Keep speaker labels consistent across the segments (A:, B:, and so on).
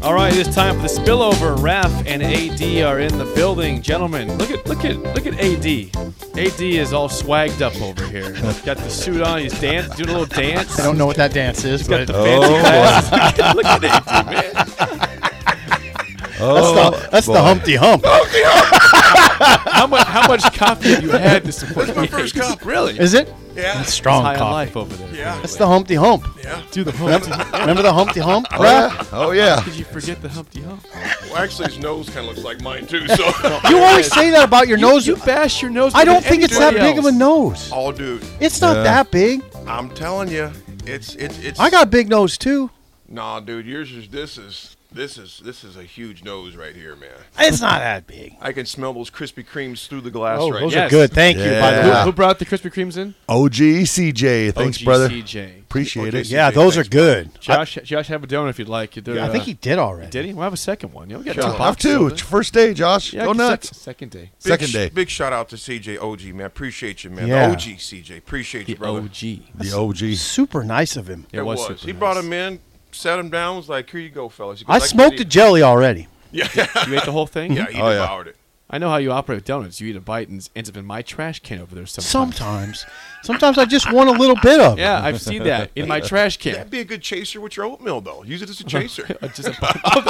A: All right, it is time for the spillover. Raf and AD are in the building, gentlemen. Look at look at look at AD. AD is all swagged up over here. Got the suit on. He's dance, doing a little dance.
B: I don't know what that dance is,
A: Got
B: but
A: the fancy glasses. look at AD, man.
B: that's, the, that's the Humpty Hump.
A: How much how much coffee have you had this morning?
C: my first cup, really.
B: Is it?
C: Yeah.
B: It's strong
A: High on
B: coffee.
A: life over there.
C: Yeah.
B: That's the Humpty Hump.
C: Yeah.
A: Do the Humpty.
B: Remember the Humpty Hump?
D: Oh yeah. Oh yeah.
A: Did you forget the Humpty Hump?
C: Well, actually, his nose kind of looks like mine too. So,
B: You always say that about your nose.
A: You bash your nose.
B: I
A: more
B: don't
A: than
B: think it's that
A: anybody
B: big of a
A: else.
B: nose.
C: oh, dude,
B: It's not
D: Yeah.
B: that big.
C: I'm telling you, it's it's it's.
B: I got a big nose too.
C: Nah, dude, yours is this is this is this is a huge nose right here, man.
B: It's not that big.
C: I can smell those Krispy Kremes through the glass
A: Oh,
C: right
A: those
B: Those
C: now.
A: Yes.
B: are good. Thank you. By the
A: Who,
B: way.
D: Yeah.
A: who brought the Krispy Kremes in?
D: OG CJ. Thanks,
A: OG
D: brother.
A: CJ.
D: Appreciate it.
B: Yeah, those are good.
A: Josh, Josh, have a donut if you'd like. They're,
B: I think
A: uh,
B: he did already.
A: did. He well, have a second one. You'll get
C: Sure.
A: two
C: Have
D: Have
A: boxes
D: two.
A: of
D: It's
A: it.
D: your first day, Josh.
A: Yeah,
D: Go
A: sec-
D: nuts.
A: Second day.
C: Big
D: Second
C: sh-
D: day.
C: Big shout out to CJ OG, man. Appreciate you, man.
B: Yeah.
C: The OG CJ. Appreciate you, brother.
D: The OG.
B: Super nice of him.
C: It was.
A: super
C: He
A: nice.
C: brought him in, sat him down, was like, here you go, fellas. He goes,
B: I smoked a
C: could eat-
B: jelly already.
A: You ate the whole thing.
C: Yeah, he
D: Oh, yeah.
C: devoured it.
A: I know how you operate with donuts. You eat a bite and it ends up in my trash can over there sometimes.
B: Sometimes, sometimes I just want a little bit of. it.
A: Yeah, I've seen that in my trash can.
C: That'd be a good chaser with your oatmeal, though. Use it as a chaser.
A: Just a bite. Oh,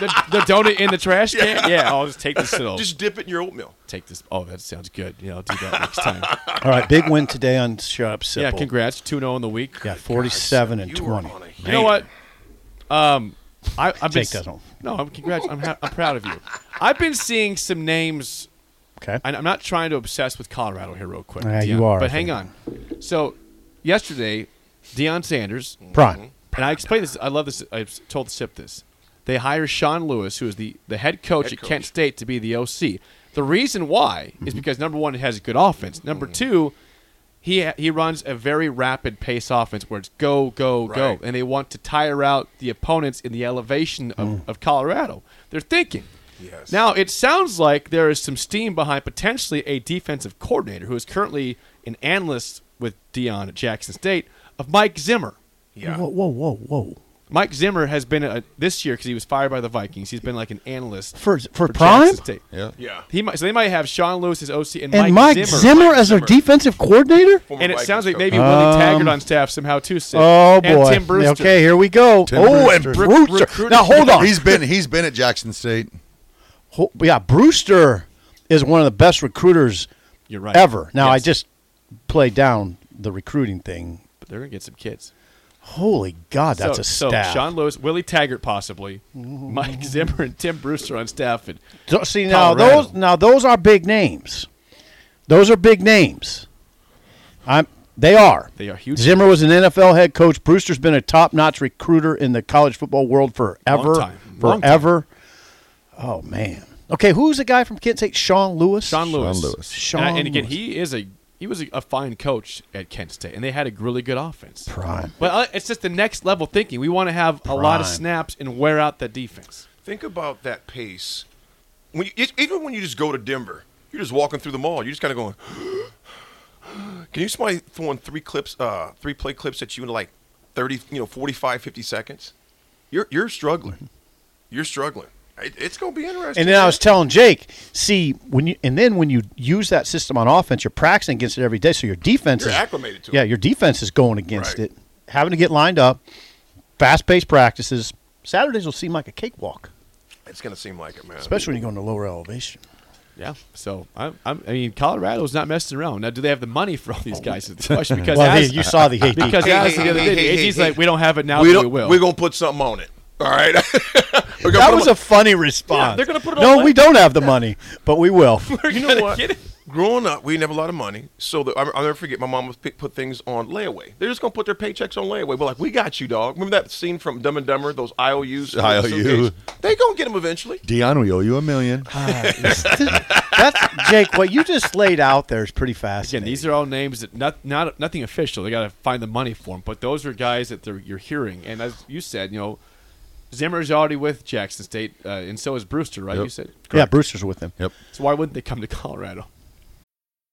A: the, the, the donut in the trash can. Yeah, I'll just take this. Little,
C: Just dip it in your oatmeal.
A: take this. Oh, that sounds good. Yeah, I'll do that next time.
B: All right, big win today on Shut Up Simple.
A: yeah, congrats. Two zero in the week.
B: Yeah, forty-seven and
C: You were
B: twenty.
C: on a
A: You know what? Um, I, I've been
B: Take that
A: s-
B: home.
A: No, I'm congrats. I'm, ha- I'm proud of you. I've been seeing some names
B: Okay.
A: and I'm not trying to obsess with Colorado here real quick.
B: Yeah, you
A: Deion,
B: are,
A: But
B: I
A: hang on. So, yesterday, Deion Sanders,
B: Prime.
A: and I explained this. I love this. I told Sip this. They hire Sean Lewis, who is the, the head coach
C: Head
A: at Kent
C: coach. Mm-hmm.
A: State, to be the OC. The reason why is because number one, it has a good offense. Number two, he he runs a very rapid pace offense where it's go go
C: Right.
A: go, and they want to tire out the opponents in the elevation of, of Colorado. They're thinking.
C: Mm. Yes.
A: Now it sounds like there is some steam behind potentially a defensive coordinator who is currently an analyst with Dion at Jackson State of Mike Zimmer.
C: Yeah.
B: Whoa, whoa, whoa, whoa!
A: Mike Zimmer has been a, this year because he was fired by the Vikings. He's been like an analyst
B: For for, Prime
A: Jackson State.
D: Yeah.
C: Yeah.
A: He might, so they might have Sean Lewis as OC and,
B: and Mike, Zimmer, as their
C: Zimmer.
B: defensive coordinator.
C: Former
A: And it
C: Vikings
A: sounds like
C: coach.
A: maybe Willie Taggart on staff somehow too. Sid.
B: Um, Oh boy!
A: And Tim Brewster.
B: Okay, here we go.
D: Tim
B: oh, and
D: Brewster.
B: Brewster.
A: Recruiting-
B: Now hold on.
D: He's been he's been at Jackson State.
B: Ho- yeah, Brewster is one of the best recruiters
A: You're right.
B: ever. Now I
A: Yes.
B: just played down the recruiting thing.
A: But they're gonna get some kids.
B: Holy God, Ah, that's
A: so,
B: a staff.
A: So Sean Lewis, Willie Taggart possibly, Mike Zimmer, and Tim Brewster on staff. And
B: So- See now
A: Colorado.
B: those now those are big names. Those are big names. I'm they are.
A: They are huge
B: Zimmer was an NFL head coach. Brewster's been a top-notch recruiter in the college football world forever.
A: Long time. Long time.
B: Forever. Oh man. Okay, who's the guy from Kent State? Sean Lewis.
A: Sean Lewis.
D: Lewis.
B: Sean
A: and, I- and again,
B: Lewis.
A: he is a he was a, a fine coach at Kent State, and they had a really good offense.
B: Prime.
A: But uh, it's just the next level thinking. We want to have a lot of
B: Prime.
A: snaps and wear out the defense.
C: Think about that pace. When you, it- even when you just go to Denver, you're just walking through the mall. You're just kind of going. Can you somebody throwing three clips, uh, three play clips at you in like 30, you know, 45, 50 seconds? You're you're struggling. You're struggling. It, it's going to be interesting.
B: And then I was telling Jake, see when you and then when you use that system on offense, you're practicing against it every day, so your defense
C: You're
B: is
C: acclimated to it.
B: Yeah, your defense is going against
C: Right.
B: it, having to get lined up, fast-paced practices. Saturdays will seem like a cakewalk,
C: it's going to seem like it, man.
B: especially when you're going to lower elevation.
A: Yeah. So I, I'm, I mean, Colorado's not messing around. Now, do they have the money for all these guys? Is the question because
B: Well,
A: as-
B: hey, you saw the AD.
A: because
C: Hey,
A: as
C: hey,
A: the other day,
C: hey, hey,
A: the
C: hey,
A: AD's
C: hey,
A: like,
C: hey.
A: we don't have it now,
C: we
A: but we
C: don't,
A: will.
C: We're going to put something on it. All right. We're gonna
B: That
C: put
B: was
C: them
B: a funny response.
A: they're gonna put it
B: no,
A: on
B: we
A: like-
B: don't have the money, but we will.
C: on- you know what? Growing up, we didn't have a lot of money, so the, I- I'll never forget. My mom would pick, put things on layaway. They're just gonna put their paychecks on layaway. We're like, we got you, dog. Remember that scene from Dumb and Dumber? Those IOUs. in the
D: IOU.
C: suitcase? They gonna get them eventually.
D: Dion, we owe you a million.
B: That's Jake. What you just laid out there is pretty
A: Again,
B: fascinating.
A: these are all names that not not nothing official. They got to find the money for them. But those are guys that they're, you're hearing, and as you said, you know, Zimmer's already with Jackson State, uh, and so is Brewster, right?
D: Yep.
A: You said,
B: yeah, Brewster's with them.
D: yep.
A: So why wouldn't they come to Colorado?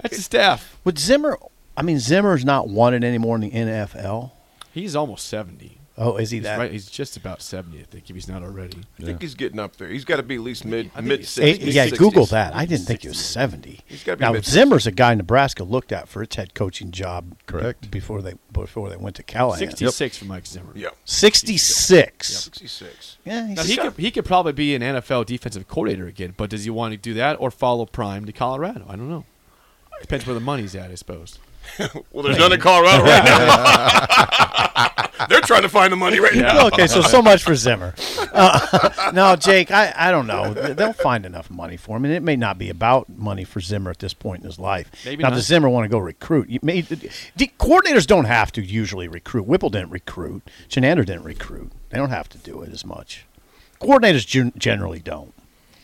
A: That's the staff.
B: Would Zimmer? I mean, Zimmer's not wanted anymore in the NFL.
A: He's almost seventy.
B: Oh, is he
A: He's
B: that?
A: right. He's just about seventy, I think, if he's not already.
C: I think he's getting up there. He's got to be at least mid
A: think
C: mid
A: he's-
B: Eight-
C: sixties.
B: Eh, yeah, Google that. I didn't think he was 70.
C: He's gotta be
B: now
C: mid-
B: Zimmer's a guy Nebraska looked at for its head coaching job.
D: Correct.
B: Before they before they went to Callahan.
A: Sixty-six for Mike Zimmer.
C: Yeah,
B: 66.
C: sixty six.
B: Yeah,
A: Now,
B: he's,
A: he could he could probably be an NFL defensive coordinator again, but does he want to do that or follow Prime to Colorado? I don't know. Depends where the money's at, I suppose.
C: Well, there's none in Colorado right now. They're trying to find the money right now.
B: okay, so so much for Zimmer. Uh, no, Jake, I, I don't know. They'll find enough money for him, and it may not be about money for Zimmer at this point in his life.
A: Maybe
B: now,
A: not.
B: does Zimmer want to go recruit? You may, the coordinators don't have to usually recruit. Whipple didn't recruit. Chenander didn't recruit. They don't have to do it as much. Coordinators gen- generally don't.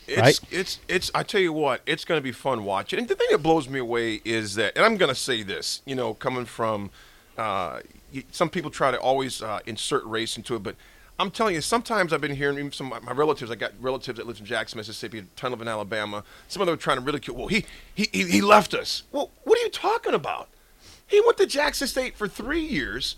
C: It's
B: right?
C: it's it's. I tell you what, it's going to be fun watching. And the thing that blows me away is that, and I'm going to say this, you know, coming from, uh, y- some people try to always uh, insert race into it, but I'm telling you, sometimes I've been hearing even some of my relatives. I got relatives that live in Jackson, Mississippi, a ton of in Alabama. Some of them are trying to ridicule. Well, he he he he left us. Well, what are you talking about? He went to Jackson State for three years,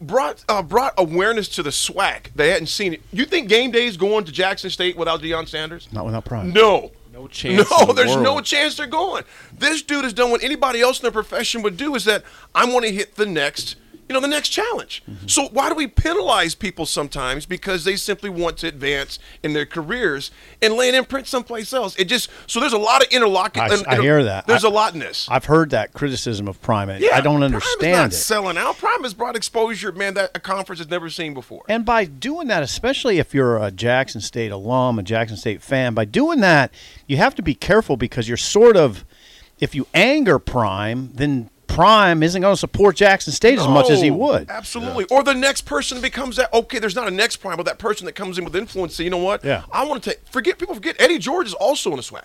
C: brought uh, brought awareness to the swag. They hadn't seen it. You think game day is going to Jackson State without Deion Sanders?
B: Not without pride.
C: No.
A: No chance
C: No,
A: in the
C: there's no
A: world.
C: chance they're going. This dude has done what anybody else in their profession would do is that I want to hit the next, you know, the next challenge.
B: Mm-hmm.
C: So why do we penalize people sometimes because they simply want to advance in their careers and lay an imprint someplace else? It just so there's a lot of interlocking.
B: I, I hear that.
C: There's
B: a
C: a lot in this.
B: I've heard that criticism of Prime. and I don't
C: Prime is not
B: understand it.
C: selling out. Prime has brought exposure, man, that a conference has never seen before.
B: And by doing that, especially if you're a Jackson State alum, a Jackson State fan, by doing that, you have to be careful because you're sort of, if you anger Prime, then Prime isn't going to support Jackson State as much as he
C: No,
B: would.
C: Oh, Absolutely. Or the next person becomes that. Okay, there's not a next prime, but that person that comes in with influence. say, You know what?
B: Yeah.
C: I want to take. Forget people. Forget Eddie George is also in a swag.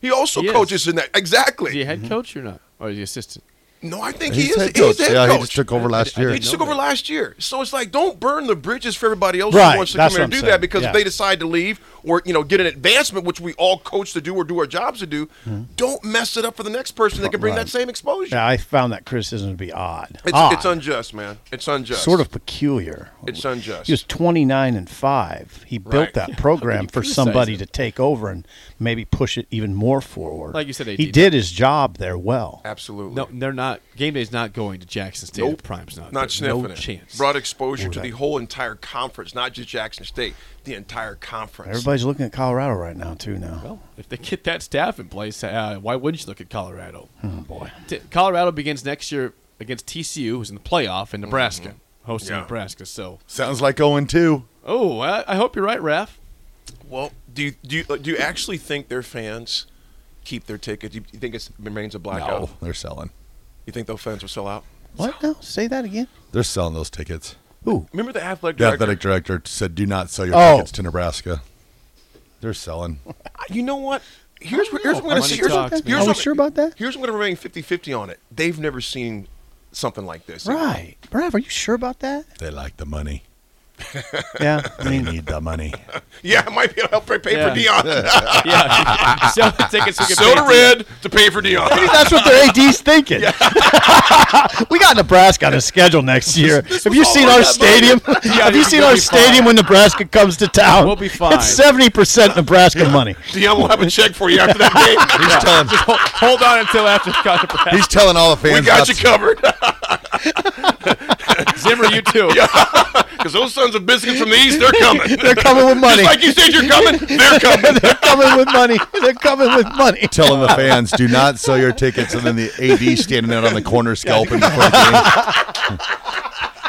C: He also
A: He is.
C: coaches in that. Exactly.
A: Is he a head coach or not? Or is he assistant?
C: No, I think
D: He's
C: he is.
D: head
C: He's
D: coach.
C: the head
D: yeah,
C: coach.
D: he just took over last
A: I didn't
D: year.
C: He just took over last year. So it's like, don't burn the bridges for everybody else
B: Right,
C: who wants to
B: that's
C: come in
B: what
C: and
B: I'm
C: do
B: saying,
C: that because
B: yeah.
C: if they decide to leave or, you know, get an advancement, which we all coach to do or do our jobs to do, don't mess it up for the next person that can bring that same exposure.
B: Hmm. Yeah, I found that criticism to be odd.
C: It's,
B: odd.
C: it's unjust, man. It's unjust.
B: sort of peculiar.
C: It's unjust.
B: He was 29 and 5. He built
C: Right.
B: that program
A: you
B: for
A: criticize
B: somebody
A: him?
B: to take over and maybe push it even more forward.
A: Like you said,
B: he
A: AD.
B: did his job there well.
C: Absolutely.
A: No, they're not. Game day's not going to Jackson State.
C: Nope.
A: Prime's not.
C: Not
A: there.
C: sniffing
A: No
C: it.
A: chance.
C: Brought exposure to the whole entire conference, not just Jackson State, the entire conference.
B: Everybody everybody's looking at Colorado right now too. Now,
A: Well, if they get that staff in place, uh, why wouldn't you look at Colorado?
B: Oh,
A: boy, Colorado begins next year against TCU, who's in the playoff, and Nebraska, hosting
C: Mm-hmm. Yeah.
A: Nebraska. So,
D: Sounds like 0 2.
A: oh, I, I hope you're right, Raph.
C: Well, do you, do you, uh, do you actually think their fans keep their tickets? Do you, you think it remains a blackout?
D: No, they're selling.
C: You think those fans will sell out?
B: what? No, say that again.
D: They're selling those tickets.
B: Who?
C: Remember the athletic
D: The
C: director?
D: athletic director said, do not sell your
B: Oh.
D: tickets to Nebraska. They're selling.
C: I- You know what? Here's what here's what I'm
A: Money
C: going to say. Here's what-
A: talks, man.
C: here's
B: Are we
C: what-
B: sure about that?
C: Here's what I'm going to remain 50-50 on it. They've never seen something like this.
B: Right, Brav. Are you sure about that?
D: They like the money.
B: Yeah, I
D: They
B: mean,
D: need the money.
C: Yeah, it might be able to help pay
A: Yeah.
C: for Dion.
A: yeah, sell the tickets. So we can pay
C: Soda
A: attention.
C: red to pay for Dion.
B: Maybe that's what their AD's thinking. we got Nebraska on the schedule next year. have you
C: was
B: seen
C: all
B: our
C: that money.
B: stadium? have you
A: we'll
B: seen
A: be
B: our
A: fine.
B: stadium when Nebraska comes to town?
A: We'll be fine.
B: It's seventy percent Nebraska money.
C: Dion will have a check for you after that game.
D: He's telling,
A: Hold, hold on until after Nebraska.
D: he's telling all the
C: we
D: fans.
C: got
D: not
C: you
D: to-
C: covered.
A: Zimmer, you too.
C: Because those sons of biscuits from the east, they're coming.
B: They're coming with money.
C: Just like you said you're coming, they're coming.
B: They're coming with money. They're coming with money.
D: telling the fans, do not sell your tickets. And then the AD standing out on the corner scalping before the game.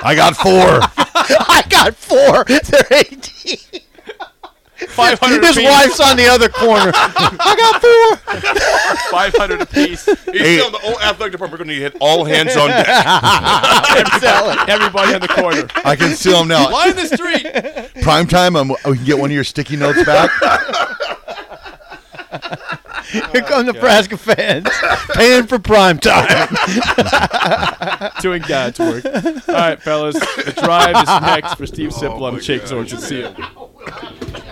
D: I got four.
B: I got four. They're AD.
A: Five hundred.
B: His wife's on the other corner. I got four.
A: Five hundred apiece.
C: He's telling the whole athletic department we're going to need all hands on deck.
A: Everybody in the corner.
D: I can see them now.
A: Line the street.
D: Prime time. I'm, we can get one of your sticky notes back.
B: Here come Nebraska fans paying for prime time.
A: Doing God's work. All right, fellas. The drive is next for Steve Siplum, Jake Zorch, and Seal.